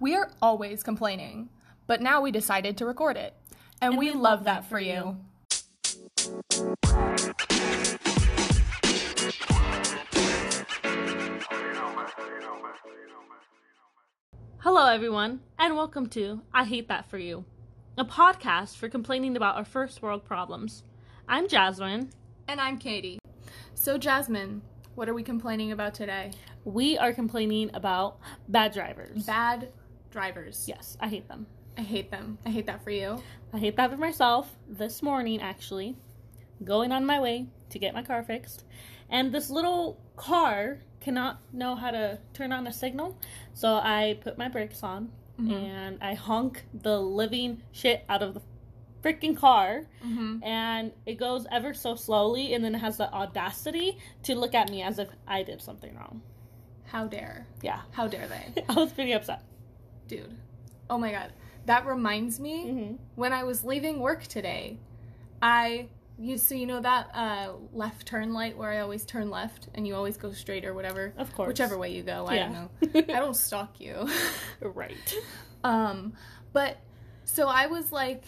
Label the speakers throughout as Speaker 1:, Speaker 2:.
Speaker 1: We are always complaining, but now we decided to record it. And, we, love, that for you.
Speaker 2: Hello, everyone, and welcome to I Hate That For You, a podcast for complaining about our first world problems. I'm Jasmine.
Speaker 1: And I'm Katie. So, Jasmine, what are we complaining about today?
Speaker 2: We are complaining about bad drivers.
Speaker 1: Bad drivers.
Speaker 2: yes, I hate them.
Speaker 1: I hate them. I hate that for you.
Speaker 2: I hate that for myself this morning, actually, going on my way to get my car fixed. And this little car cannot know how to turn on a signal. So I put my brakes on
Speaker 1: Mm-hmm.
Speaker 2: and I honk the living shit out of the freaking car.
Speaker 1: Mm-hmm.
Speaker 2: And it goes ever so slowly and then it has the audacity to look at me as if I did something wrong.
Speaker 1: How dare.
Speaker 2: Yeah.
Speaker 1: How dare they?
Speaker 2: I was pretty upset.
Speaker 1: Dude. Oh my god. That reminds me
Speaker 2: Mm-hmm.
Speaker 1: when I was leaving work today, I you so you know that uh, left turn light where I always turn left and you always go straight or whatever.
Speaker 2: Of course.
Speaker 1: Whichever way you go, I don't know. I don't stalk you.
Speaker 2: right.
Speaker 1: um, but so I was like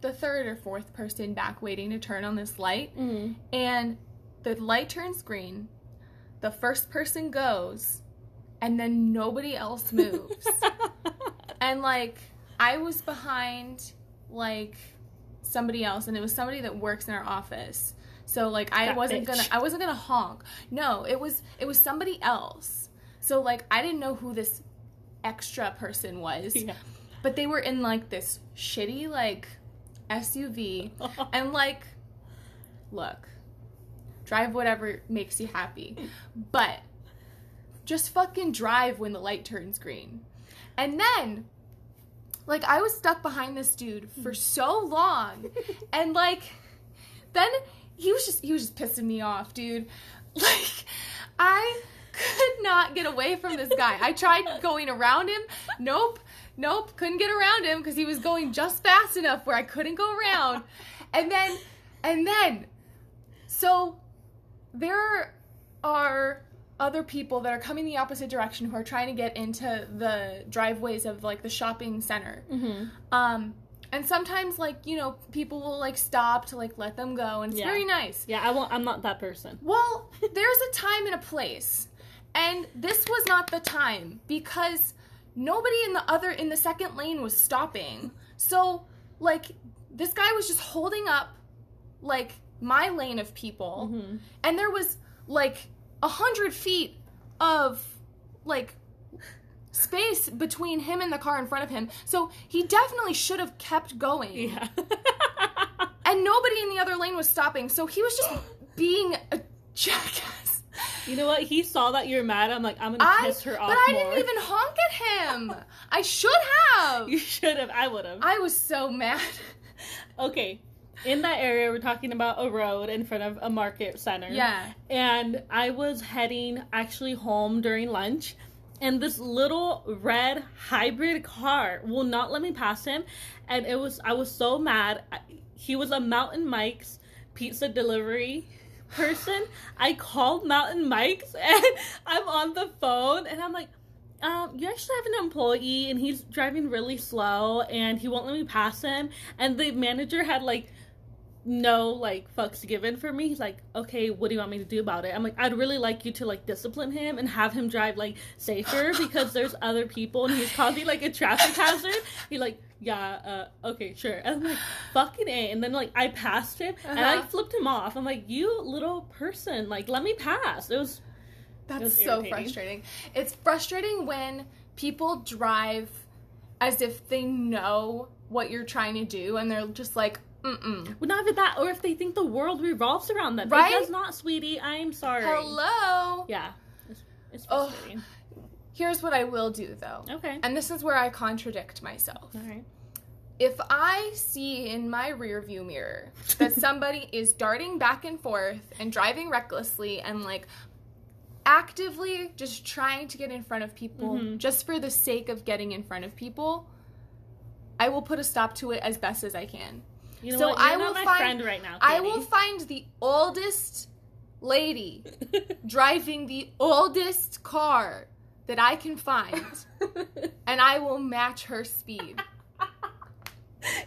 Speaker 1: the third or fourth person back waiting to turn on this light,
Speaker 2: Mm-hmm.
Speaker 1: and the light turns green. The first person goes, and then nobody else moves. and like I was behind like somebody else, and it was somebody that works in our office. So like I
Speaker 2: That
Speaker 1: wasn't
Speaker 2: bitch.
Speaker 1: gonna I wasn't gonna honk. No, it was it was somebody else. So like I didn't know who this extra person was,
Speaker 2: Yeah.
Speaker 1: but they were in like this shitty like SUV, and like look, drive whatever makes you happy, but just fucking drive when the light turns green. And then, like, I was stuck behind this dude for so long, and like, then he was just he was just pissing me off, dude. Like, I could not get away from this guy. I tried going around him. Nope, nope, couldn't get around him because he was going just fast enough where I couldn't go around. And then, and then, so there are other people that are coming the opposite direction who are trying to get into the driveways of like the shopping center.
Speaker 2: Mm-hmm.
Speaker 1: Um, and sometimes like you know people will like stop to like let them go, and it's
Speaker 2: Yeah.
Speaker 1: very nice.
Speaker 2: Yeah, I won't, I'm not that person.
Speaker 1: Well, there's a time and a place. And this was not the time because nobody in the other in the second lane was stopping. So, like this guy was just holding up like my lane of people.
Speaker 2: Mm-hmm.
Speaker 1: And there was like a hundred feet of like space between him and the car in front of him. So he definitely should have kept going
Speaker 2: Yeah.
Speaker 1: and nobody in the other lane was stopping, so he was just being a jackass.
Speaker 2: you know what? He saw that you're mad. I'm like, I'm gonna
Speaker 1: I,
Speaker 2: piss her off
Speaker 1: but I
Speaker 2: more.
Speaker 1: didn't even honk at him. I should have.
Speaker 2: You should have. I would have.
Speaker 1: I was so mad.
Speaker 2: Okay. In that area, we're talking about a road in front of a market center.
Speaker 1: Yeah.
Speaker 2: And I was heading actually home during lunch, and this little red hybrid car will not let me pass him, and it was I was so mad. I, he was a Mountain Mike's pizza delivery person. I called Mountain Mike's, and I'm on the phone, and I'm like. Um, you actually have an employee and he's driving really slow and he won't let me pass him and the manager had like no like fucks given for me. He's like, okay, what do you want me to do about it? I'm like, I'd really like you to like discipline him and have him drive like safer because there's other people and he's causing like a traffic hazard. He like, yeah, uh, okay, sure. And I'm like, fucking a. And then like I passed him and I
Speaker 1: Uh-huh.
Speaker 2: flipped him off. I'm like, you little person, like let me pass. It was
Speaker 1: That's
Speaker 2: was
Speaker 1: so
Speaker 2: irritating.
Speaker 1: frustrating. It's frustrating when people drive as if they know what you're trying to do, and they're just like, mm-mm.
Speaker 2: well, not even that, or if they think the world revolves around them.
Speaker 1: Right?
Speaker 2: It does not, sweetie. I'm sorry.
Speaker 1: Hello.
Speaker 2: Yeah. It's, it's
Speaker 1: Ugh.
Speaker 2: frustrating.
Speaker 1: Here's what I will do though,
Speaker 2: Okay.
Speaker 1: and this is where I contradict myself.
Speaker 2: All right.
Speaker 1: if I see in my rearview mirror that somebody is darting back and forth and driving recklessly and like actively just trying to get in front of people
Speaker 2: Mhm.
Speaker 1: just for the sake of getting in front of people, I will put a stop to it as best as I can.
Speaker 2: You know
Speaker 1: So
Speaker 2: what? You're
Speaker 1: I
Speaker 2: not
Speaker 1: will
Speaker 2: my
Speaker 1: find-
Speaker 2: friend right now.
Speaker 1: I will find the oldest lady
Speaker 2: Katie.
Speaker 1: driving the oldest car that I can find, and I will match her speed.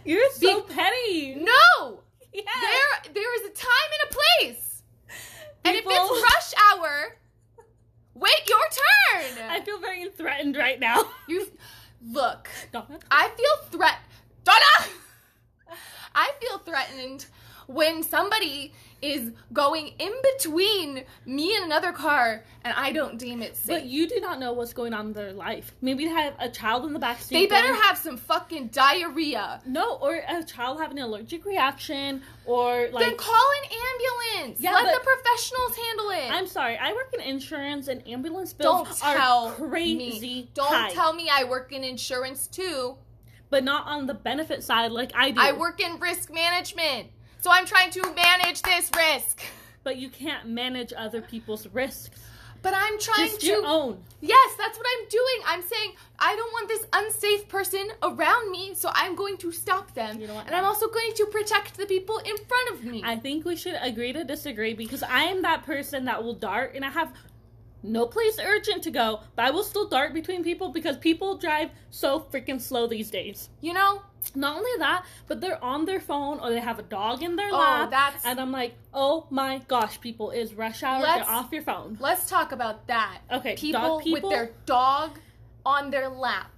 Speaker 2: You're so
Speaker 1: Be-
Speaker 2: petty.
Speaker 1: No,
Speaker 2: Yeah.
Speaker 1: there there is a time and a place, and if
Speaker 2: People-
Speaker 1: it's rush hour, wait your turn.
Speaker 2: I feel very threatened right now.
Speaker 1: you look.
Speaker 2: Donna?
Speaker 1: I feel threat. Donna. I feel threatened when somebody is going in between me and another car, and I don't deem it safe.
Speaker 2: But you do not know what's going on in their life. Maybe they have a child in the backseat.
Speaker 1: They better
Speaker 2: going-
Speaker 1: have some fucking diarrhea.
Speaker 2: no, or a child having an allergic reaction, or like
Speaker 1: then call an ambulance.
Speaker 2: Yeah,
Speaker 1: Let
Speaker 2: but-
Speaker 1: the professionals handle it.
Speaker 2: I'm sorry, I work in insurance, and ambulance bills
Speaker 1: don't
Speaker 2: are
Speaker 1: tell
Speaker 2: crazy
Speaker 1: me. Don't
Speaker 2: high,
Speaker 1: tell me I work in insurance too.
Speaker 2: but not on the benefit side like I do.
Speaker 1: I work in risk management. So I'm trying to manage this risk.
Speaker 2: but you can't manage other people's risks.
Speaker 1: But I'm trying
Speaker 2: Just
Speaker 1: to
Speaker 2: your own.
Speaker 1: Yes, that's what I'm doing. I'm saying I don't want this unsafe person around me, so I'm going to stop them.
Speaker 2: You know what,
Speaker 1: and I'm
Speaker 2: Mom?
Speaker 1: also going to protect the people in front of me.
Speaker 2: I think we should agree to disagree because I am that person that will dart, and I have no place urgent to go, but I will still dart between people because people drive so freaking slow these days.
Speaker 1: you know?
Speaker 2: Not only that, but they're on their phone or they have a dog in their
Speaker 1: Oh,
Speaker 2: lap.
Speaker 1: that's-
Speaker 2: And I'm like, oh my gosh, people, is rush hour.
Speaker 1: Let's-
Speaker 2: Get off your phone.
Speaker 1: Let's talk about that.
Speaker 2: Okay,
Speaker 1: people,
Speaker 2: dog
Speaker 1: with
Speaker 2: people-
Speaker 1: their dog on their lap.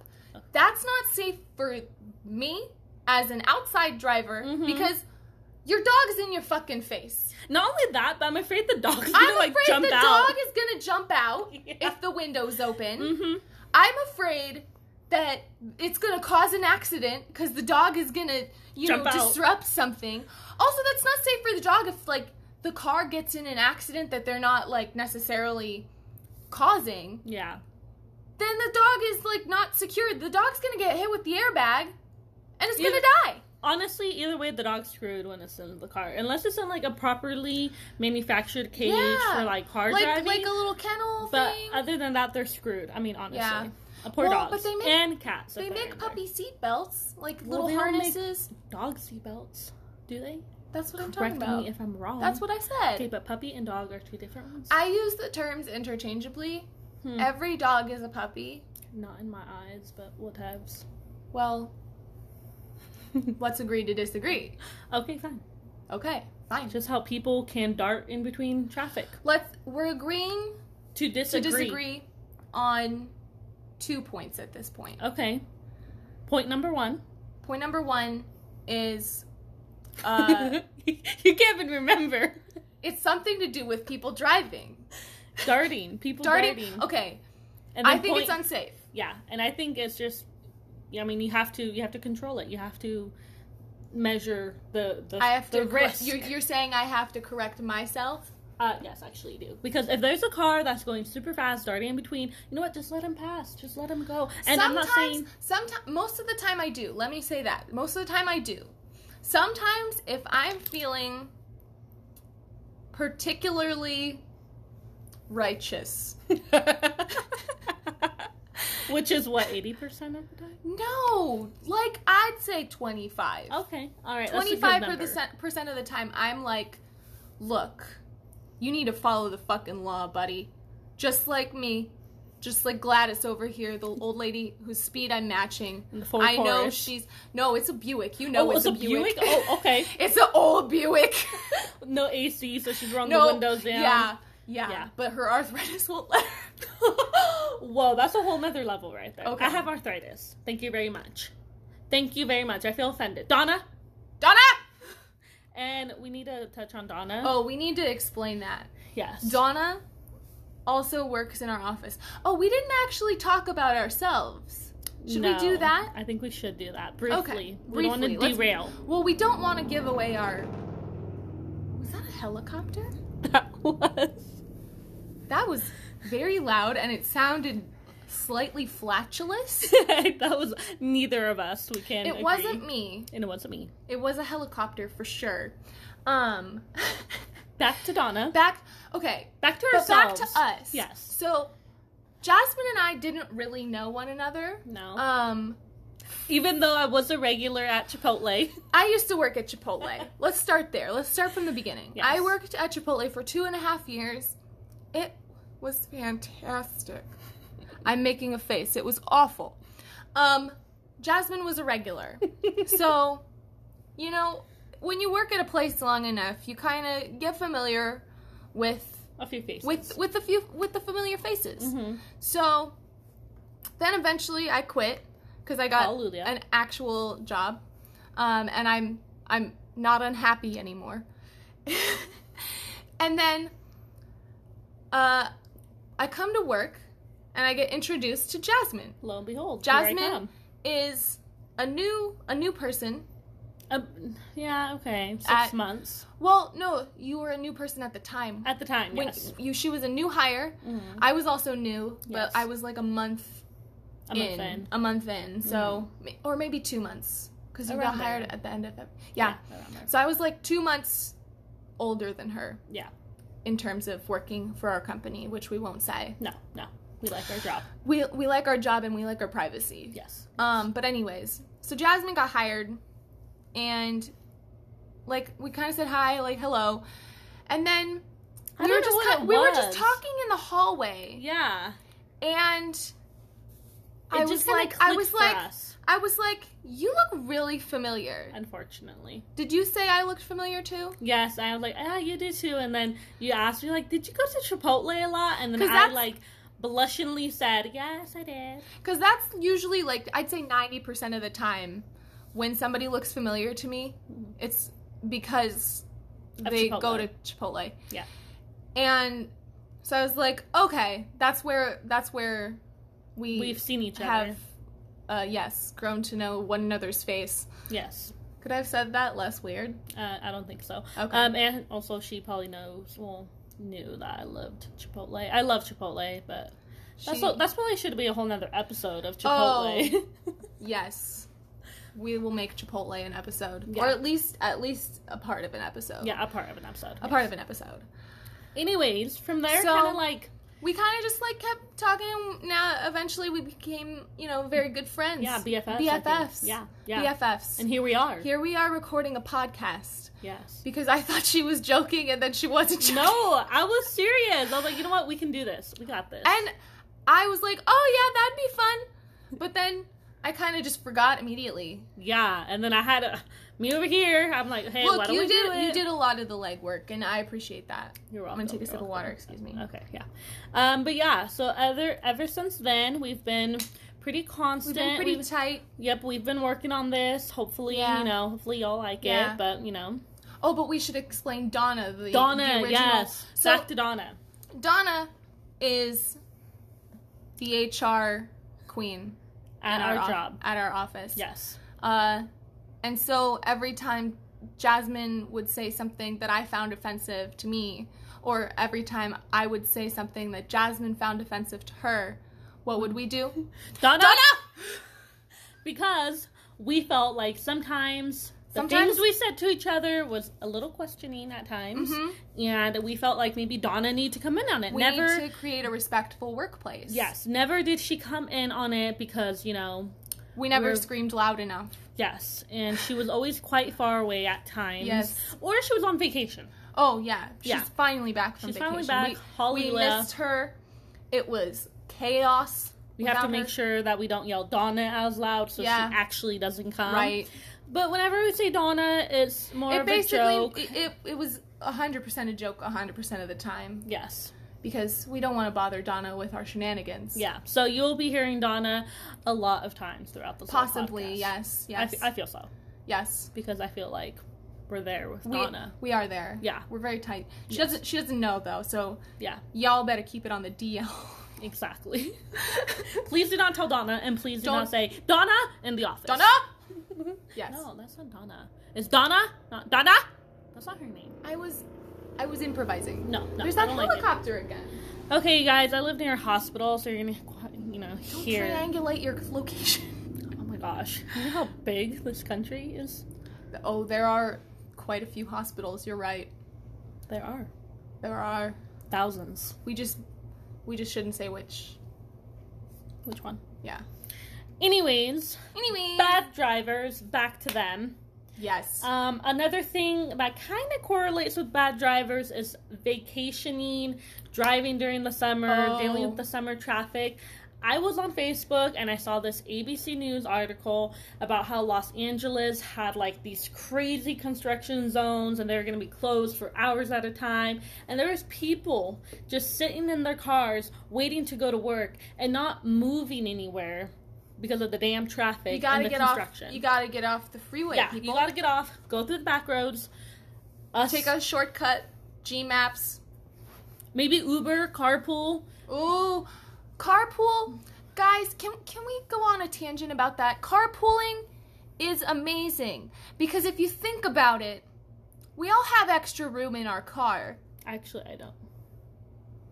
Speaker 1: That's not safe for me as an outside driver
Speaker 2: Mhm.
Speaker 1: because your dog is in your fucking face.
Speaker 2: Not only that, but I'm afraid the dog's gonna
Speaker 1: I'm
Speaker 2: like
Speaker 1: afraid
Speaker 2: jump
Speaker 1: the
Speaker 2: out.
Speaker 1: dog is gonna jump out
Speaker 2: Yeah.
Speaker 1: if the window's open.
Speaker 2: hmm
Speaker 1: I'm afraid that it's gonna cause an accident because the dog is gonna, you
Speaker 2: Jump
Speaker 1: know,
Speaker 2: out.
Speaker 1: disrupt something. Also, that's not safe for the dog if like the car gets in an accident that they're not like necessarily causing.
Speaker 2: Yeah.
Speaker 1: Then the dog is like not secured. The dog's gonna get hit with the airbag, and it's
Speaker 2: Yeah.
Speaker 1: gonna die.
Speaker 2: Honestly, either way, the dog's screwed when it's in the car. Unless it's in like a properly manufactured cage
Speaker 1: Yeah.
Speaker 2: for like car
Speaker 1: Like
Speaker 2: driving.
Speaker 1: like a little kennel
Speaker 2: but
Speaker 1: thing.
Speaker 2: other than that, they're screwed. I mean, honestly.
Speaker 1: Yeah.
Speaker 2: A poor
Speaker 1: Well,
Speaker 2: dogs
Speaker 1: but they make-
Speaker 2: and cats. if
Speaker 1: they
Speaker 2: they're
Speaker 1: make
Speaker 2: in there.
Speaker 1: puppy seat belts, like
Speaker 2: Well,
Speaker 1: little
Speaker 2: they don't make-
Speaker 1: harnesses.
Speaker 2: Dog seatbelts. Do they?
Speaker 1: That's what I'm
Speaker 2: Correct
Speaker 1: talking about.
Speaker 2: me if I'm wrong.
Speaker 1: That's what I said.
Speaker 2: Okay, but puppy and dog are two different ones.
Speaker 1: I use the terms interchangeably.
Speaker 2: Hmm.
Speaker 1: Every dog is a puppy.
Speaker 2: Not in my eyes, but whatevs.
Speaker 1: Well, let's agree to disagree.
Speaker 2: okay, fine.
Speaker 1: Okay, fine.
Speaker 2: Just how people can dart in between traffic
Speaker 1: Let's we're agreeing
Speaker 2: to
Speaker 1: to
Speaker 2: disagree.
Speaker 1: disagree on two points at this point.
Speaker 2: Okay. Point number one.
Speaker 1: Point number 1 is uh
Speaker 2: you can't even remember.
Speaker 1: it's something to do with people driving.
Speaker 2: Darting. People darting.
Speaker 1: Darting. Okay,
Speaker 2: And
Speaker 1: I
Speaker 2: then
Speaker 1: think
Speaker 2: point-
Speaker 1: it's unsafe.
Speaker 2: yeah, and I think it's just. yeah, I mean, you have to. You have to control it. You have to measure the the,
Speaker 1: I have
Speaker 2: the
Speaker 1: to corre-
Speaker 2: risk.
Speaker 1: You're, you're saying I have to correct myself?
Speaker 2: Uh, yes, actually you do. Because if there's a car that's going super fast, darting in between, you know what? Just let him pass. Just let him go. And I'm not saying
Speaker 1: sometimes, most of the time I do. Let me say that. Most of the time I do. Sometimes, if I'm feeling particularly righteous,
Speaker 2: Which is what, 80% of the time?
Speaker 1: no, like I'd say 25.
Speaker 2: Okay. All right. that's a good
Speaker 1: 25
Speaker 2: number.
Speaker 1: percent percent of the time, I'm like, look, you need to follow the fucking law, buddy. Just like me. Just like Gladys over here, the old lady whose speed I'm matching.
Speaker 2: In the Ford
Speaker 1: I know
Speaker 2: Taurus.
Speaker 1: she's no, it's a Buick. You know,
Speaker 2: Oh,
Speaker 1: it's,
Speaker 2: it's
Speaker 1: a
Speaker 2: a
Speaker 1: Buick.
Speaker 2: Buick? Oh, okay.
Speaker 1: it's an old Buick.
Speaker 2: No AC, so she's rolling
Speaker 1: no
Speaker 2: the windows down.
Speaker 1: Yeah, yeah,
Speaker 2: Yeah.
Speaker 1: But her arthritis won't let. her.
Speaker 2: Whoa, that's a whole nother level right there.
Speaker 1: Okay.
Speaker 2: I have arthritis. Thank you very much. Thank you very much. I feel offended. Donna!
Speaker 1: Donna.
Speaker 2: And we need to touch on Donna.
Speaker 1: Oh, we need to explain that.
Speaker 2: yes.
Speaker 1: Donna also works in our office. Oh, we didn't actually talk about ourselves. Should we do
Speaker 2: No.
Speaker 1: that?
Speaker 2: I think we should do that briefly. We don't
Speaker 1: briefly.
Speaker 2: want to
Speaker 1: Let's-
Speaker 2: derail.
Speaker 1: Well, we don't want to give away our. Was that a helicopter?
Speaker 2: That was.
Speaker 1: That was very loud and it sounded slightly flatulous.
Speaker 2: that was neither of us. We can.
Speaker 1: It
Speaker 2: agree.
Speaker 1: wasn't me.
Speaker 2: And it wasn't me.
Speaker 1: It was a helicopter for sure. Um,
Speaker 2: Back to Donna.
Speaker 1: back. Okay,
Speaker 2: Back to
Speaker 1: but back
Speaker 2: ourselves.
Speaker 1: to us.
Speaker 2: Yes.
Speaker 1: So, Jasmine and I didn't really know one another.
Speaker 2: No.
Speaker 1: Um,
Speaker 2: Even though I was a regular at Chipotle.
Speaker 1: I used to work at Chipotle. Let's start there. Let's start from the beginning.
Speaker 2: Yes.
Speaker 1: I worked at Chipotle for two and a half years. It was fantastic. I'm making a face. It was awful. Um, Jasmine was a regular. so, you know, when you work at a place long enough, you kind of get familiar with
Speaker 2: a few faces.
Speaker 1: with with a few with the familiar faces.
Speaker 2: Mhm.
Speaker 1: So then eventually I quit because I got
Speaker 2: Hallelujah.
Speaker 1: an actual job, um, and I'm I'm not unhappy anymore. and then uh, I come to work, and I get introduced to Jasmine.
Speaker 2: Lo and behold,
Speaker 1: Jasmine
Speaker 2: Here I come.
Speaker 1: is a new a new person.
Speaker 2: Um, yeah, okay, six
Speaker 1: At-
Speaker 2: months
Speaker 1: Well, no, you were a new person at the time.
Speaker 2: at the time.
Speaker 1: When
Speaker 2: Uh, yes,
Speaker 1: you she was a new hire.
Speaker 2: Mhm.
Speaker 1: I was also new, but
Speaker 2: Yes.
Speaker 1: I was like a month
Speaker 2: a month
Speaker 1: in,
Speaker 2: in. Mm.
Speaker 1: a month in. So, ma- or maybe two months, because you got
Speaker 2: Around
Speaker 1: hired
Speaker 2: there.
Speaker 1: at the end of it. Yeah.
Speaker 2: I remember.
Speaker 1: So I was like two months older than her.
Speaker 2: Yeah.
Speaker 1: In terms of working for our company, which we won't say.
Speaker 2: No, no, we like our job.
Speaker 1: We we like our job and we like our privacy.
Speaker 2: Yes.
Speaker 1: Um, but anyways, so Jasmine got hired, and like we kind of said hi, like hello, and then
Speaker 2: I
Speaker 1: we
Speaker 2: don't
Speaker 1: were
Speaker 2: know
Speaker 1: just
Speaker 2: what
Speaker 1: ki-
Speaker 2: it
Speaker 1: we were just
Speaker 2: was.
Speaker 1: talking in the hallway,
Speaker 2: Yeah,
Speaker 1: and I
Speaker 2: It
Speaker 1: was
Speaker 2: kinda
Speaker 1: like, I
Speaker 2: clicked
Speaker 1: was
Speaker 2: for
Speaker 1: like,
Speaker 2: us,
Speaker 1: I was like, you look really familiar.
Speaker 2: unfortunately.
Speaker 1: Did you say I looked familiar too?
Speaker 2: Yes, I was like, ah, you do too. And then you asked me, like, did you go to Chipotle a lot? And then
Speaker 1: 'Cause
Speaker 2: I
Speaker 1: that's-
Speaker 2: like blushingly said, yes, I did.
Speaker 1: Because that's usually like I'd say ninety percent of the time when somebody looks familiar to me,
Speaker 2: Mhm.
Speaker 1: it's because
Speaker 2: Of
Speaker 1: they
Speaker 2: Chipotle.
Speaker 1: go to Chipotle.
Speaker 2: Yeah.
Speaker 1: And so I was like, okay, that's where that's where we
Speaker 2: We've seen each
Speaker 1: have
Speaker 2: other.
Speaker 1: uh, yes grown to know one another's face.
Speaker 2: Yes,
Speaker 1: Could I have said that less weird?
Speaker 2: uh, I don't think so.
Speaker 1: Okay.
Speaker 2: Um, and also she probably knows, well, knew that I loved Chipotle. I love Chipotle, but that's
Speaker 1: She- Oh.
Speaker 2: al- that's probably should be a whole nother episode of Chipotle.
Speaker 1: yes. We will make Chipotle an episode,
Speaker 2: Yeah.
Speaker 1: or at least at least a part of an episode.
Speaker 2: yeah, a part of an episode.
Speaker 1: a part of an episode.
Speaker 2: Anyways, from there,
Speaker 1: So-
Speaker 2: kind of like
Speaker 1: We kind of just like kept talking. Now, eventually, we became you know very good friends.
Speaker 2: yeah, BFFs. I think.
Speaker 1: BFFs,
Speaker 2: Yeah, yeah.
Speaker 1: BFFs.
Speaker 2: And here we are.
Speaker 1: Here we are recording a podcast
Speaker 2: Yes.
Speaker 1: because I thought she was joking and then she wasn't joking.
Speaker 2: No, I was serious. I was like, you know what? We can do this. We got this.
Speaker 1: And I was like, oh yeah, that'd be fun. But then I kind of just forgot immediately.
Speaker 2: yeah, and then I had a, me over here. I'm like, hey, why
Speaker 1: Look,
Speaker 2: don't
Speaker 1: you
Speaker 2: we
Speaker 1: did
Speaker 2: do it?
Speaker 1: you did a lot of the legwork, and I appreciate that.
Speaker 2: You're
Speaker 1: I'm
Speaker 2: welcome.
Speaker 1: gonna take a sip
Speaker 2: you're
Speaker 1: of water.
Speaker 2: welcome.
Speaker 1: Excuse me.
Speaker 2: Okay, Uh, yeah. Um, but yeah, so other ever since then, we've been pretty
Speaker 1: We've
Speaker 2: constant.
Speaker 1: been pretty
Speaker 2: We've-
Speaker 1: tight.
Speaker 2: yep, we've been working on this. Hopefully,
Speaker 1: Yeah.
Speaker 2: you know, hopefully y'all like
Speaker 1: Yeah.
Speaker 2: it. But you know,
Speaker 1: Oh, but we should explain Donna. The, the
Speaker 2: Donna,
Speaker 1: original.
Speaker 2: yes,
Speaker 1: So
Speaker 2: back to Donna.
Speaker 1: Donna is the HR queen
Speaker 2: At our,
Speaker 1: off-
Speaker 2: job,
Speaker 1: at our office.
Speaker 2: yes,
Speaker 1: Uh, and so every time Jasmine would say something that I found offensive to me, or every time I would say something that Jasmine found offensive to her, what would we do?
Speaker 2: Donna,
Speaker 1: Donna!
Speaker 2: because we felt like sometimes. The
Speaker 1: Sometimes-
Speaker 2: things we said to each other was a little questioning at times,
Speaker 1: Mhm.
Speaker 2: and we felt like maybe Donna need to come in on it.
Speaker 1: We
Speaker 2: Never
Speaker 1: need to create a respectful workplace.
Speaker 2: Yes, never did she come in on it because, you know,
Speaker 1: We never
Speaker 2: We're-
Speaker 1: screamed loud enough.
Speaker 2: yes, and she was always quite far away at times.
Speaker 1: Yes.
Speaker 2: Or she was on vacation.
Speaker 1: Oh yeah, she's
Speaker 2: Yeah.
Speaker 1: finally back from
Speaker 2: She's
Speaker 1: vacation.
Speaker 2: finally back.
Speaker 1: We, we
Speaker 2: Hallelujah.
Speaker 1: missed her. It was chaos.
Speaker 2: We have to
Speaker 1: without
Speaker 2: make
Speaker 1: her.
Speaker 2: sure that we don't yell Donna as loud so
Speaker 1: Yeah.
Speaker 2: she actually doesn't come.
Speaker 1: right.
Speaker 2: But whenever we say Donna, it's more
Speaker 1: It
Speaker 2: of a joke.
Speaker 1: basically it, it, it was hundred percent a joke hundred percent of the time
Speaker 2: yes.
Speaker 1: because we don't want to bother Donna with our shenanigans.
Speaker 2: Yeah. So you'll be hearing Donna a lot of times throughout this whole
Speaker 1: Possibly,
Speaker 2: podcast.
Speaker 1: yes,
Speaker 2: I
Speaker 1: yes,
Speaker 2: fe- I feel so
Speaker 1: yes.
Speaker 2: because I feel like we're there with
Speaker 1: We,
Speaker 2: Donna.
Speaker 1: we are there.
Speaker 2: Yeah.
Speaker 1: we're very tight. She
Speaker 2: Yes.
Speaker 1: doesn't. She doesn't know though, so
Speaker 2: Yeah,
Speaker 1: y'all better keep it on the DL.
Speaker 2: exactly. Please do not tell Donna, and please do not
Speaker 1: Don't-
Speaker 2: say Donna in the office.
Speaker 1: Donna. Yes.
Speaker 2: No, that's not Donna. It's Donna, not Donna. That's not her name.
Speaker 1: I was, I was improvising.
Speaker 2: No, no.
Speaker 1: There's that
Speaker 2: I don't like it.
Speaker 1: helicopter again.
Speaker 2: okay, you guys, I live near a hospital, so you're gonna, you know,
Speaker 1: Don't
Speaker 2: hear.
Speaker 1: triangulate your location.
Speaker 2: Oh my gosh, you know how big this country is.
Speaker 1: Oh, there are quite a few hospitals. You're right.
Speaker 2: There are
Speaker 1: There are.
Speaker 2: thousands.
Speaker 1: We just, we just shouldn't say which.
Speaker 2: Which one?
Speaker 1: Yeah.
Speaker 2: Anyways,
Speaker 1: Anyway.
Speaker 2: bad drivers. Back to them.
Speaker 1: yes.
Speaker 2: Um, another thing that kind of correlates with bad drivers is vacationing, driving during the summer,
Speaker 1: Oh.
Speaker 2: dealing with the summer traffic. I was on Facebook and I saw this ABC News article about how Los Angeles had like these crazy construction zones and they were going to be closed for hours at a time. And there was people just sitting in their cars waiting to go to work and not moving anywhere because of the damn traffic
Speaker 1: You gotta
Speaker 2: and the
Speaker 1: get off.
Speaker 2: construction.
Speaker 1: You gotta get off the freeway,
Speaker 2: yeah,
Speaker 1: people.
Speaker 2: you gotta get off, go through the back roads. Us,
Speaker 1: Take a shortcut. G Maps.
Speaker 2: maybe Uber, carpool.
Speaker 1: Ooh, carpool. Guys, can can we go on a tangent about that? Carpooling is amazing because if you think about it, we all have extra room in our car.
Speaker 2: Actually, I don't.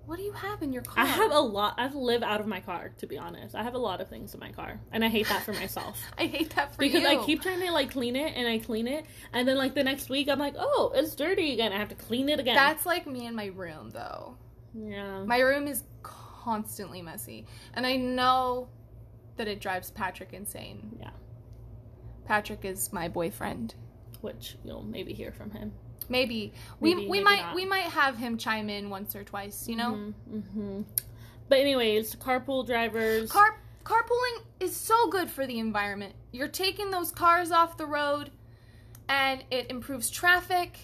Speaker 1: What do you have in your car?
Speaker 2: I have a lot. I live out of my car, to be honest. I have a lot of things in my car, and I hate that for myself
Speaker 1: I hate that for
Speaker 2: because
Speaker 1: you.
Speaker 2: I keep trying to like clean it and I clean it, and then like the next week I'm like, oh, it's dirty again. I have to clean it again.
Speaker 1: That's like me and my room though.
Speaker 2: yeah.
Speaker 1: My room is constantly messy, and I know that it drives Patrick insane.
Speaker 2: Yeah.
Speaker 1: Patrick is my boyfriend.
Speaker 2: Which you'll maybe hear from him.
Speaker 1: Maybe, we
Speaker 2: Maybe,
Speaker 1: we
Speaker 2: maybe
Speaker 1: might
Speaker 2: not.
Speaker 1: we might have him chime in once or twice, you know?
Speaker 2: Mm-hmm. But anyways, carpool drivers.
Speaker 1: Car carpooling is so good for the environment. You're taking those cars off the road and it improves traffic.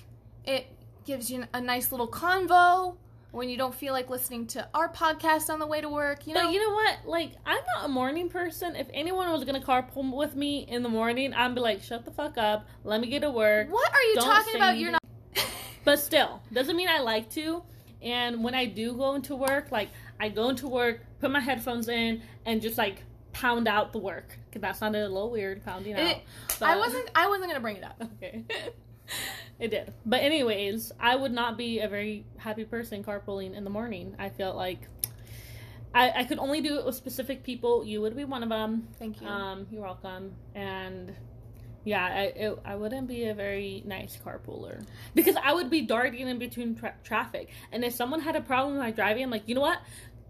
Speaker 1: It gives you a nice little convo when you don't feel like listening to our podcast on the way to work, you know?
Speaker 2: But you know what? Like, I'm not a morning person. If anyone was gonna carpool with me in the morning, I'd be like, shut the fuck up. Let me get to work.
Speaker 1: what are you
Speaker 2: Don't
Speaker 1: talking
Speaker 2: say
Speaker 1: about? You're not
Speaker 2: But still, doesn't mean I like to. And when I do go into work, like I go into work, put my headphones in, and just like pound out the work. Cause that sounded a little weird, pounding out.
Speaker 1: It- I wasn't I wasn't going to bring it up.
Speaker 2: Okay. it did. But anyways, I would not be a very happy person carpooling in the morning. I felt like I, I could only do it with specific people. You would be one of them.
Speaker 1: Thank you.
Speaker 2: Um, you're welcome. And yeah, I it, I wouldn't be a very nice carpooler because I would be darting in between tra- traffic. And if someone had a problem with my driving, I'm like, you know what?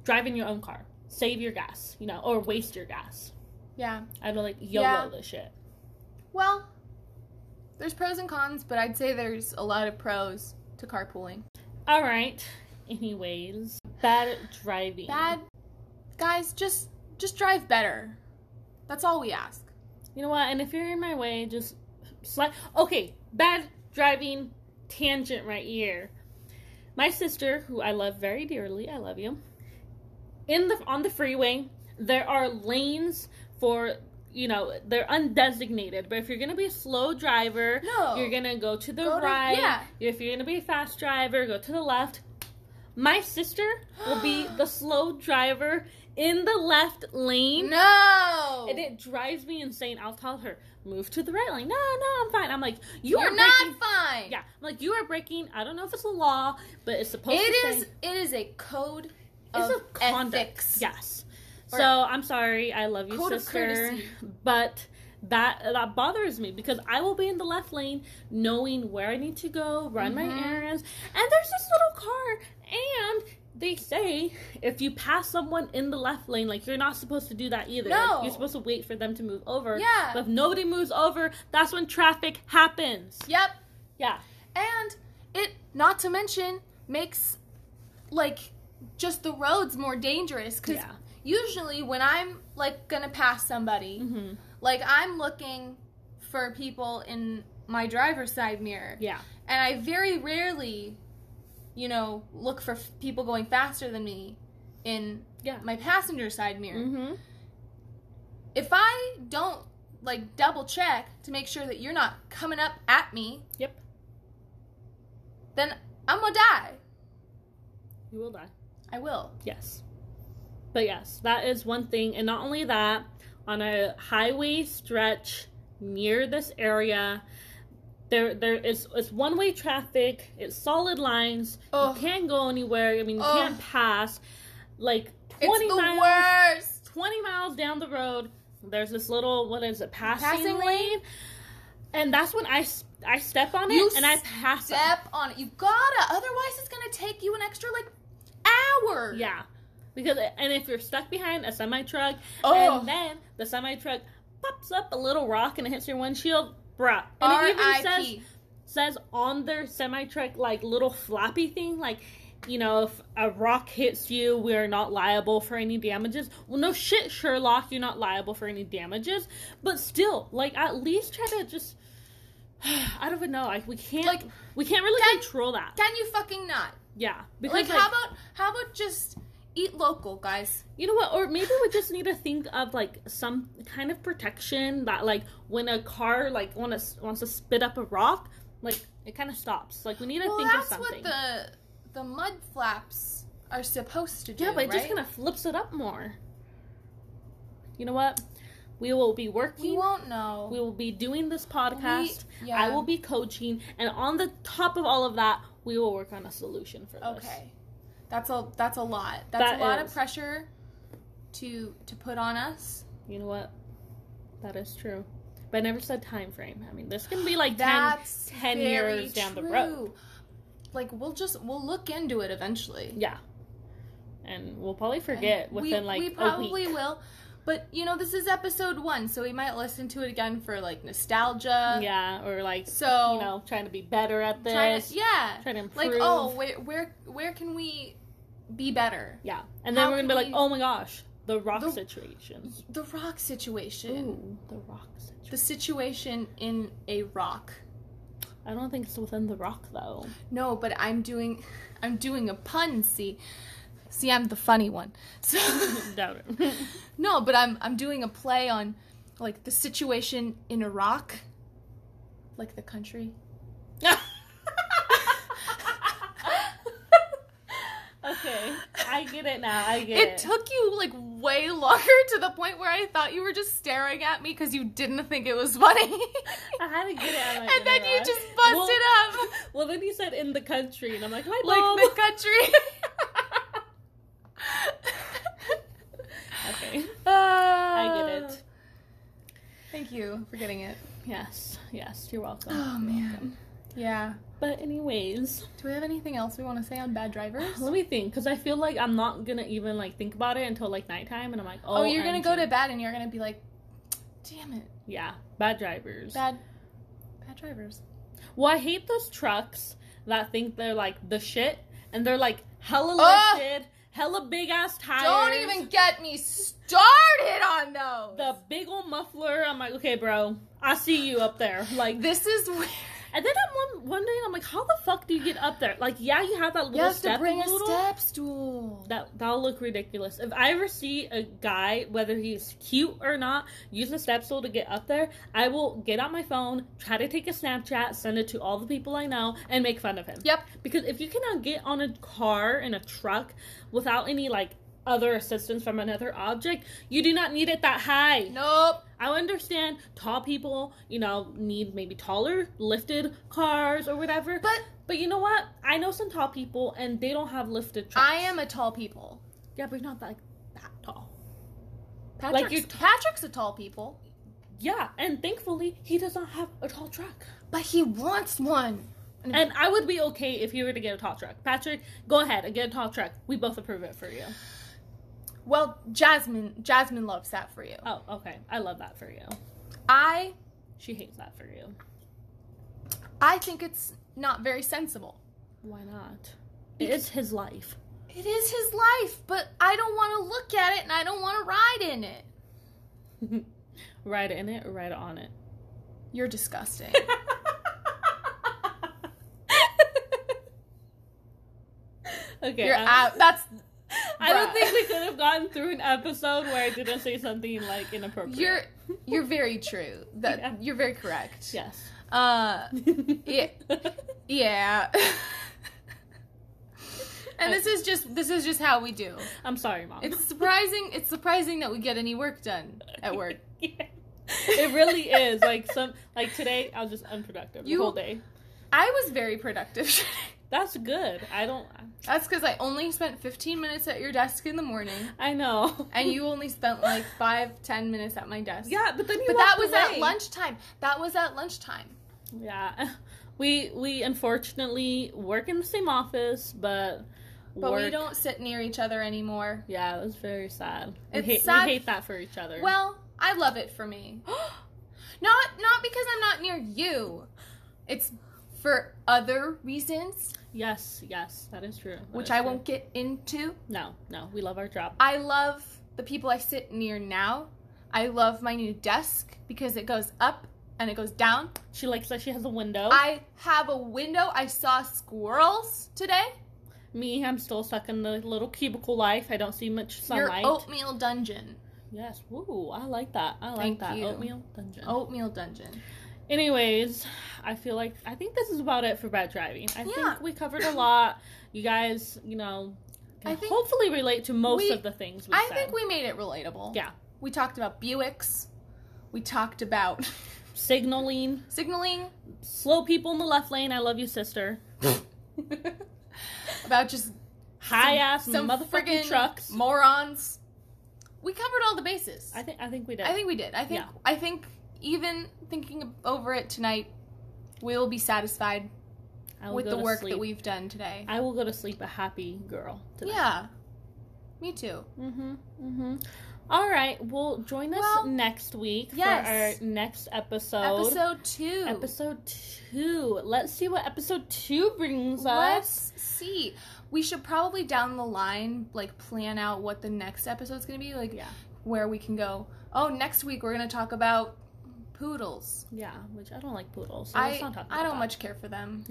Speaker 2: Drive in your own car. Save your gas, you know, or waste your gas.
Speaker 1: yeah.
Speaker 2: I'd be like YOLO
Speaker 1: Yeah.
Speaker 2: this shit.
Speaker 1: Well, there's pros and cons, but I'd say there's a lot of pros to carpooling.
Speaker 2: All right. Anyways, bad driving.
Speaker 1: Bad guys, just just drive better. That's all we ask.
Speaker 2: You know what? And if you're in my way, just slide. Okay, bad driving tangent right here. My sister, who I love very dearly, I love you. In the on the freeway, there are lanes for you know they're undesignated. But if you're gonna be a slow driver,
Speaker 1: No.
Speaker 2: you're gonna go to the
Speaker 1: Go to-
Speaker 2: right.
Speaker 1: yeah.
Speaker 2: If you're gonna be a fast driver, go to the left. My sister will be the slow driver in the left lane.
Speaker 1: No.
Speaker 2: And it drives me insane. I'll tell her, move to the right lane. No, no, I'm fine. I'm like, you
Speaker 1: You're
Speaker 2: are
Speaker 1: not
Speaker 2: breaking.
Speaker 1: fine.
Speaker 2: Yeah, I'm like, you are breaking. I don't know if it's a law, but it's supposed
Speaker 1: It
Speaker 2: to
Speaker 1: is.
Speaker 2: say
Speaker 1: It is a code of
Speaker 2: it's a conduct.
Speaker 1: ethics.
Speaker 2: Yes.
Speaker 1: Or-
Speaker 2: so I'm sorry. I love you,
Speaker 1: Code of
Speaker 2: sister.
Speaker 1: courtesy.
Speaker 2: But that that bothers me because I will be in the left lane, knowing where I need to go, run
Speaker 1: Mhm.
Speaker 2: my errands, and there's this little car and. They say if you pass someone in the left lane, like you're not supposed to do that either. Like,
Speaker 1: No.
Speaker 2: you're supposed to wait for them to move over.
Speaker 1: Yeah.
Speaker 2: But if nobody moves over, that's when traffic happens.
Speaker 1: Yep.
Speaker 2: Yeah.
Speaker 1: And it, not to mention, makes like just the roads more dangerous because
Speaker 2: Yeah.
Speaker 1: usually when I'm like gonna pass somebody,
Speaker 2: hmm
Speaker 1: like I'm looking for people in my driver's side mirror.
Speaker 2: Yeah.
Speaker 1: and I very rarely, you know, look for f- people going faster than me in
Speaker 2: Yeah.
Speaker 1: my passenger side mirror.
Speaker 2: Mm-hmm.
Speaker 1: If I don't like double check to make sure that you're not coming up at me,
Speaker 2: Yep.
Speaker 1: then I'm gonna die.
Speaker 2: You will die.
Speaker 1: I will.
Speaker 2: Yes. But yes, that is one thing. And not only that, on a highway stretch near this area, there there is it's one way traffic, it's solid lines,
Speaker 1: Ugh.
Speaker 2: you can't go anywhere, I mean you
Speaker 1: Ugh.
Speaker 2: can't pass. Like
Speaker 1: It's
Speaker 2: twenty
Speaker 1: the
Speaker 2: miles
Speaker 1: worst.
Speaker 2: twenty miles down the road, there's this little what is it, passing,
Speaker 1: Passing
Speaker 2: lane. And that's when I s- I step on it
Speaker 1: You
Speaker 2: and I pass it.
Speaker 1: Step on it. You gotta. Otherwise, it's gonna take you an extra like hour.
Speaker 2: Yeah. Because and if you're stuck behind a semi truck
Speaker 1: Oh.
Speaker 2: and then the semi truck pops up a little rock and it hits your windshield, bruh. And it even says
Speaker 1: R.I.P.
Speaker 2: says on their semi truck like little floppy thing like you know, if a rock hits you, we are not liable for any damages. Well, no shit, Sherlock, you're not liable for any damages. But still, like, at least try to just. I don't even know. Like, we can't.
Speaker 1: Like,
Speaker 2: we can't really
Speaker 1: can-
Speaker 2: control that.
Speaker 1: Can you fucking not?
Speaker 2: yeah,
Speaker 1: Like,
Speaker 2: because like,
Speaker 1: how about how about just eat local, guys?
Speaker 2: you know what? Or maybe we just need to think of like some kind of protection that, like, when a car like want to, wants to spit up a rock, like it kind of stops. Like, we need to
Speaker 1: well,
Speaker 2: think of
Speaker 1: that's what
Speaker 2: something.
Speaker 1: the the mud flaps are supposed to do.
Speaker 2: Yeah, but it
Speaker 1: right?
Speaker 2: just kind of flips it up more. You know what? We will be
Speaker 1: we
Speaker 2: working.
Speaker 1: won't know.
Speaker 2: We will be doing this podcast.
Speaker 1: We- yeah.
Speaker 2: I will be coaching, and on the top of all of that, we will work on a solution for this.
Speaker 1: Okay, that's a that's a lot. That's
Speaker 2: That
Speaker 1: a lot
Speaker 2: is.
Speaker 1: of pressure to to put on us.
Speaker 2: You know what? That is true. But I never said time frame. I mean, this can be like 10,
Speaker 1: That's
Speaker 2: 10
Speaker 1: very
Speaker 2: years down the road.
Speaker 1: true. Like we'll just we'll look into it eventually.
Speaker 2: Yeah. And we'll probably forget
Speaker 1: We-
Speaker 2: within like
Speaker 1: we
Speaker 2: a week.
Speaker 1: probably will. But you know, this is episode one, so we might listen to it again for like nostalgia.
Speaker 2: Yeah, or like,
Speaker 1: So
Speaker 2: you know, trying to be better at this.
Speaker 1: trying to, yeah.
Speaker 2: trying to improve.
Speaker 1: Like, oh, where where where can we be better?
Speaker 2: Yeah. And then
Speaker 1: How
Speaker 2: we're going to be
Speaker 1: can we-
Speaker 2: like, oh my gosh, the rock
Speaker 1: The-
Speaker 2: situation.
Speaker 1: The rock situation.
Speaker 2: Ooh, the rock situation.
Speaker 1: The situation in a rock.
Speaker 2: I don't think it's within the rock though.
Speaker 1: No, but I'm doing I'm doing a pun, see. See, I'm the funny one. So
Speaker 2: Doubt it.
Speaker 1: No, but I'm I'm doing a play on like the situation in Iraq. Like the country.
Speaker 2: okay, I get it now. I get
Speaker 1: It
Speaker 2: it.
Speaker 1: took you like way longer to the point where I thought you were just staring at me because you didn't think it was funny.
Speaker 2: I had to get it. I'm like,
Speaker 1: and
Speaker 2: oh my
Speaker 1: then you
Speaker 2: God.
Speaker 1: just busted
Speaker 2: Well-
Speaker 1: up
Speaker 2: Well, then you said in the country, and I'm like, my
Speaker 1: like
Speaker 2: mom.
Speaker 1: the country.
Speaker 2: okay,
Speaker 1: I
Speaker 2: get it.
Speaker 1: Uh, Thank you for getting it.
Speaker 2: yes, yes, you're welcome.
Speaker 1: Oh man. Yeah.
Speaker 2: But anyways,
Speaker 1: Do we have anything else we want to say on bad drivers?
Speaker 2: let me think, because I feel like I'm not gonna even like think about it until like nighttime, and I'm like, oh,
Speaker 1: Oh, you're gonna go
Speaker 2: OMG.
Speaker 1: to bed and you're gonna be like, damn it,
Speaker 2: yeah, bad drivers.
Speaker 1: bad, bad drivers.
Speaker 2: Well, I hate those trucks that think they're like the shit and they're like hella
Speaker 1: Ugh!
Speaker 2: lifted, hella big ass tires.
Speaker 1: Don't even get me started on those.
Speaker 2: the big old muffler. I'm like, okay, bro, I see you up there. Like,
Speaker 1: this is where
Speaker 2: and then I'm one, one day I'm like, how the fuck do you get up there? Like, yeah, you have that little
Speaker 1: you have
Speaker 2: step
Speaker 1: to bring a
Speaker 2: noodle.
Speaker 1: step stool.
Speaker 2: That that'll look ridiculous. If I ever see a guy, whether he's cute or not, use a step stool to get up there, I will get on my phone, try to take a Snapchat, send it to all the people I know, and make fun of him.
Speaker 1: Yep.
Speaker 2: Because if you cannot get on a car and a truck without any like other assistance from another object, you do not need it that high.
Speaker 1: Nope.
Speaker 2: I understand tall people, you know, need maybe taller, lifted cars or whatever.
Speaker 1: But
Speaker 2: but you know what? I know some tall people and they don't have lifted trucks.
Speaker 1: I am a tall people.
Speaker 2: Yeah, but you're not like that tall.
Speaker 1: Patrick's,
Speaker 2: you're-
Speaker 1: Patrick's a tall people,
Speaker 2: Yeah, and thankfully he does not have a tall truck.
Speaker 1: but he wants one.
Speaker 2: And I would be okay if you were to get a tall truck. Patrick, go ahead and get a tall truck. We both approve it for you.
Speaker 1: Well, Jasmine, Jasmine loves that for you.
Speaker 2: Oh, okay. I love that for you.
Speaker 1: I
Speaker 2: She hates that for you.
Speaker 1: I think it's not very sensible.
Speaker 2: Why not? It is his life.
Speaker 1: It is his life, but I don't want to look at it and I don't want to ride in it.
Speaker 2: Ride in it, ride on it.
Speaker 1: You're disgusting.
Speaker 2: okay. um,
Speaker 1: You're
Speaker 2: I'm-
Speaker 1: out. That's
Speaker 2: I don't
Speaker 1: Bruh.
Speaker 2: think we could have gotten through an episode where I didn't say something like inappropriate.
Speaker 1: you're you're very true. That
Speaker 2: Yeah.
Speaker 1: you're very correct.
Speaker 2: yes.
Speaker 1: Uh yeah. and this is just this is just how we do.
Speaker 2: I'm sorry, mom.
Speaker 1: It's surprising it's surprising that we get any work done at work.
Speaker 2: Yeah. It really is. Like some like today I was just unproductive
Speaker 1: You-
Speaker 2: the whole day.
Speaker 1: I was very productive.
Speaker 2: That's good. I don't
Speaker 1: That's because I only spent 15 minutes at your desk in the morning,
Speaker 2: I know.
Speaker 1: and you only spent like five, 10 minutes at my desk.
Speaker 2: Yeah, but then you
Speaker 1: But that
Speaker 2: walked
Speaker 1: was at
Speaker 2: away.
Speaker 1: lunchtime. That was at lunchtime.
Speaker 2: Yeah. We we unfortunately work in the same office, but
Speaker 1: But we
Speaker 2: work-
Speaker 1: don't sit near each other anymore.
Speaker 2: Yeah, it was very sad.
Speaker 1: It's
Speaker 2: we hate
Speaker 1: sad-
Speaker 2: we hate that for each other.
Speaker 1: Well, I love it for me. Not not because I'm not near you. It's for other reasons,
Speaker 2: Yes, yes, that is true. That
Speaker 1: which
Speaker 2: is
Speaker 1: I
Speaker 2: true.
Speaker 1: won't get into.
Speaker 2: No, no, we love our job.
Speaker 1: I love the people I sit near now. I love my new desk because it goes up and it goes down.
Speaker 2: She likes that she has a window.
Speaker 1: I have a window. I saw squirrels today.
Speaker 2: Me, I'm still stuck in the little cubicle life. I don't see much sunlight.
Speaker 1: Your oatmeal dungeon.
Speaker 2: yes, woo, I like that. I like
Speaker 1: Thank
Speaker 2: that.
Speaker 1: you. Oh.
Speaker 2: Oatmeal dungeon.
Speaker 1: Oatmeal dungeon.
Speaker 2: Anyways, I feel like I think this is about it for bad driving. I
Speaker 1: Yeah.
Speaker 2: think we covered a lot. You guys, you know, can
Speaker 1: I think
Speaker 2: hopefully relate to most
Speaker 1: we-
Speaker 2: of the things we
Speaker 1: I
Speaker 2: said.
Speaker 1: think we made it relatable.
Speaker 2: Yeah.
Speaker 1: We talked about Buicks. We talked about
Speaker 2: Signaling,
Speaker 1: signaling.
Speaker 2: slow people in the left lane. I love you, sister.
Speaker 1: about just
Speaker 2: High ass
Speaker 1: some
Speaker 2: motherfucking
Speaker 1: friggin'
Speaker 2: trucks.
Speaker 1: morons. We covered all the bases.
Speaker 2: I think I think we did.
Speaker 1: I think we did. I think
Speaker 2: Yeah.
Speaker 1: I think even thinking over it tonight, we will be satisfied
Speaker 2: I will
Speaker 1: with
Speaker 2: go
Speaker 1: the
Speaker 2: to
Speaker 1: work
Speaker 2: sleep.
Speaker 1: that we've done today.
Speaker 2: I will go to sleep a happy girl today.
Speaker 1: Yeah. Me too.
Speaker 2: Mhm. Mhm. All right. Well, join us
Speaker 1: Well,
Speaker 2: next week
Speaker 1: yes.
Speaker 2: for our next
Speaker 1: Episode two.
Speaker 2: Episode two. Let's see what episode two brings us.
Speaker 1: Let's see. We should probably down the line like plan out what the next episode's gonna be, like
Speaker 2: Yeah.
Speaker 1: where we can go. Oh, next week we're gonna talk about poodles.
Speaker 2: Yeah, which I don't like poodles. So
Speaker 1: I
Speaker 2: let's not talk about
Speaker 1: I don't
Speaker 2: that.
Speaker 1: much care for them.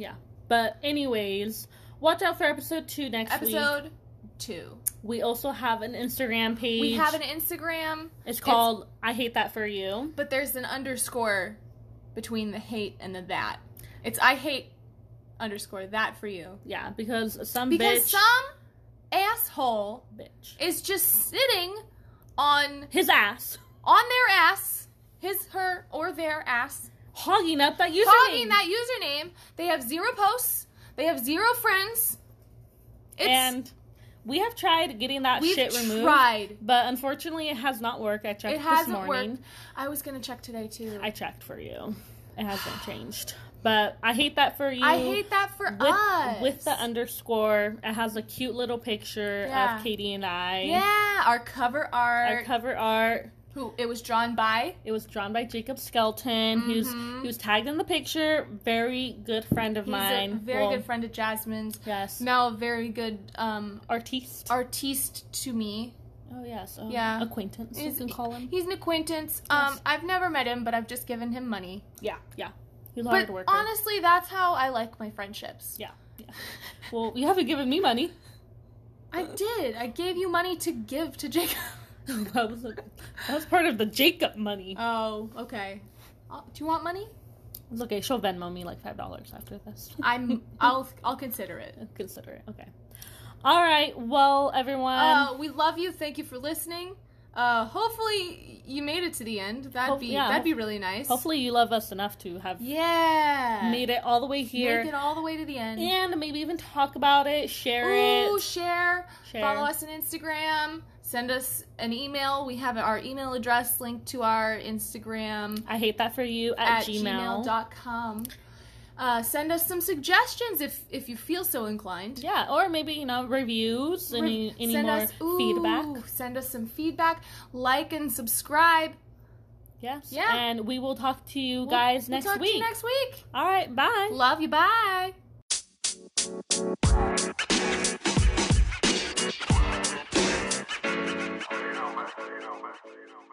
Speaker 2: But anyways, watch out for episode two next week.
Speaker 1: Episode two.
Speaker 2: We also have an Instagram page.
Speaker 1: We have an Instagram,
Speaker 2: It's called I hate that for you.
Speaker 1: but there's an underscore between the hate and the that. It's I hate underscore that for you
Speaker 2: Yeah, because some
Speaker 1: because
Speaker 2: bitch.
Speaker 1: some asshole
Speaker 2: bitch.
Speaker 1: is just sitting on
Speaker 2: His ass
Speaker 1: on their ass, his, her, or their ass,
Speaker 2: hogging up that username.
Speaker 1: hogging that username. They have zero posts. They have zero friends. It's,
Speaker 2: and we have tried getting that
Speaker 1: we've
Speaker 2: shit removed,
Speaker 1: tried.
Speaker 2: but unfortunately, it has not worked. I checked
Speaker 1: It
Speaker 2: this
Speaker 1: hasn't
Speaker 2: morning.
Speaker 1: worked. I was gonna check today too.
Speaker 2: I checked for you. It hasn't changed. But I hate that for you.
Speaker 1: I hate that for
Speaker 2: with,
Speaker 1: us.
Speaker 2: with the underscore. It has a cute little picture
Speaker 1: Yeah.
Speaker 2: of Katie and I.
Speaker 1: yeah, our cover art.
Speaker 2: Our cover art.
Speaker 1: who it was drawn by.
Speaker 2: It was drawn by Jacob Skelton, who's
Speaker 1: Mhm.
Speaker 2: who's tagged in the picture. Very good friend of
Speaker 1: He's
Speaker 2: mine.
Speaker 1: a very
Speaker 2: Well,
Speaker 1: good friend of Jasmine's.
Speaker 2: Yes.
Speaker 1: Now a very good um
Speaker 2: Artiste.
Speaker 1: artiste to me.
Speaker 2: oh yes. Oh,
Speaker 1: Yeah.
Speaker 2: Acquaintance. You
Speaker 1: He's-
Speaker 2: can call him.
Speaker 1: He's an acquaintance. Um,
Speaker 2: Yes.
Speaker 1: I've never met him, but I've just given him money.
Speaker 2: Yeah. Yeah. He's a hard
Speaker 1: But
Speaker 2: worker.
Speaker 1: honestly, that's how I like my friendships.
Speaker 2: Yeah. well, you haven't given me money.
Speaker 1: I did. I gave you money to give to Jacob.
Speaker 2: that was a, that was part of the Jacob money.
Speaker 1: Oh, okay. Uh, Do you want money?
Speaker 2: It's okay. She'll Venmo me like five dollars after this.
Speaker 1: I'm. I'll. I'll consider it.
Speaker 2: consider it. Okay. All right. Well, everyone.
Speaker 1: Uh, we love you. Thank you for listening. Uh, hopefully you made it to the end. That'd
Speaker 2: Hope-
Speaker 1: be
Speaker 2: yeah.
Speaker 1: that'd be really nice.
Speaker 2: hopefully, you love us enough to have
Speaker 1: Yeah.
Speaker 2: made it all the way
Speaker 1: Make
Speaker 2: here,
Speaker 1: it all the way to the end.
Speaker 2: and maybe even talk about it, share
Speaker 1: Ooh,
Speaker 2: it.
Speaker 1: share,
Speaker 2: Share.
Speaker 1: Follow us on Instagram. Send us an email. We have our email address linked to our Instagram
Speaker 2: I hate that for you at,
Speaker 1: at gmail.com. Uh, send us some suggestions if if you feel so inclined.
Speaker 2: Yeah, or maybe you know reviews. Any any
Speaker 1: send
Speaker 2: more
Speaker 1: us ooh,
Speaker 2: feedback?
Speaker 1: Send us some feedback. Like and subscribe.
Speaker 2: Yes.
Speaker 1: Yeah.
Speaker 2: And we will talk to you
Speaker 1: We'll-
Speaker 2: guys
Speaker 1: we'll
Speaker 2: next
Speaker 1: talk to
Speaker 2: week.
Speaker 1: you next week.
Speaker 2: all right. Bye.
Speaker 1: Love you. Bye.
Speaker 3: You know, man. You know, man. You know, man.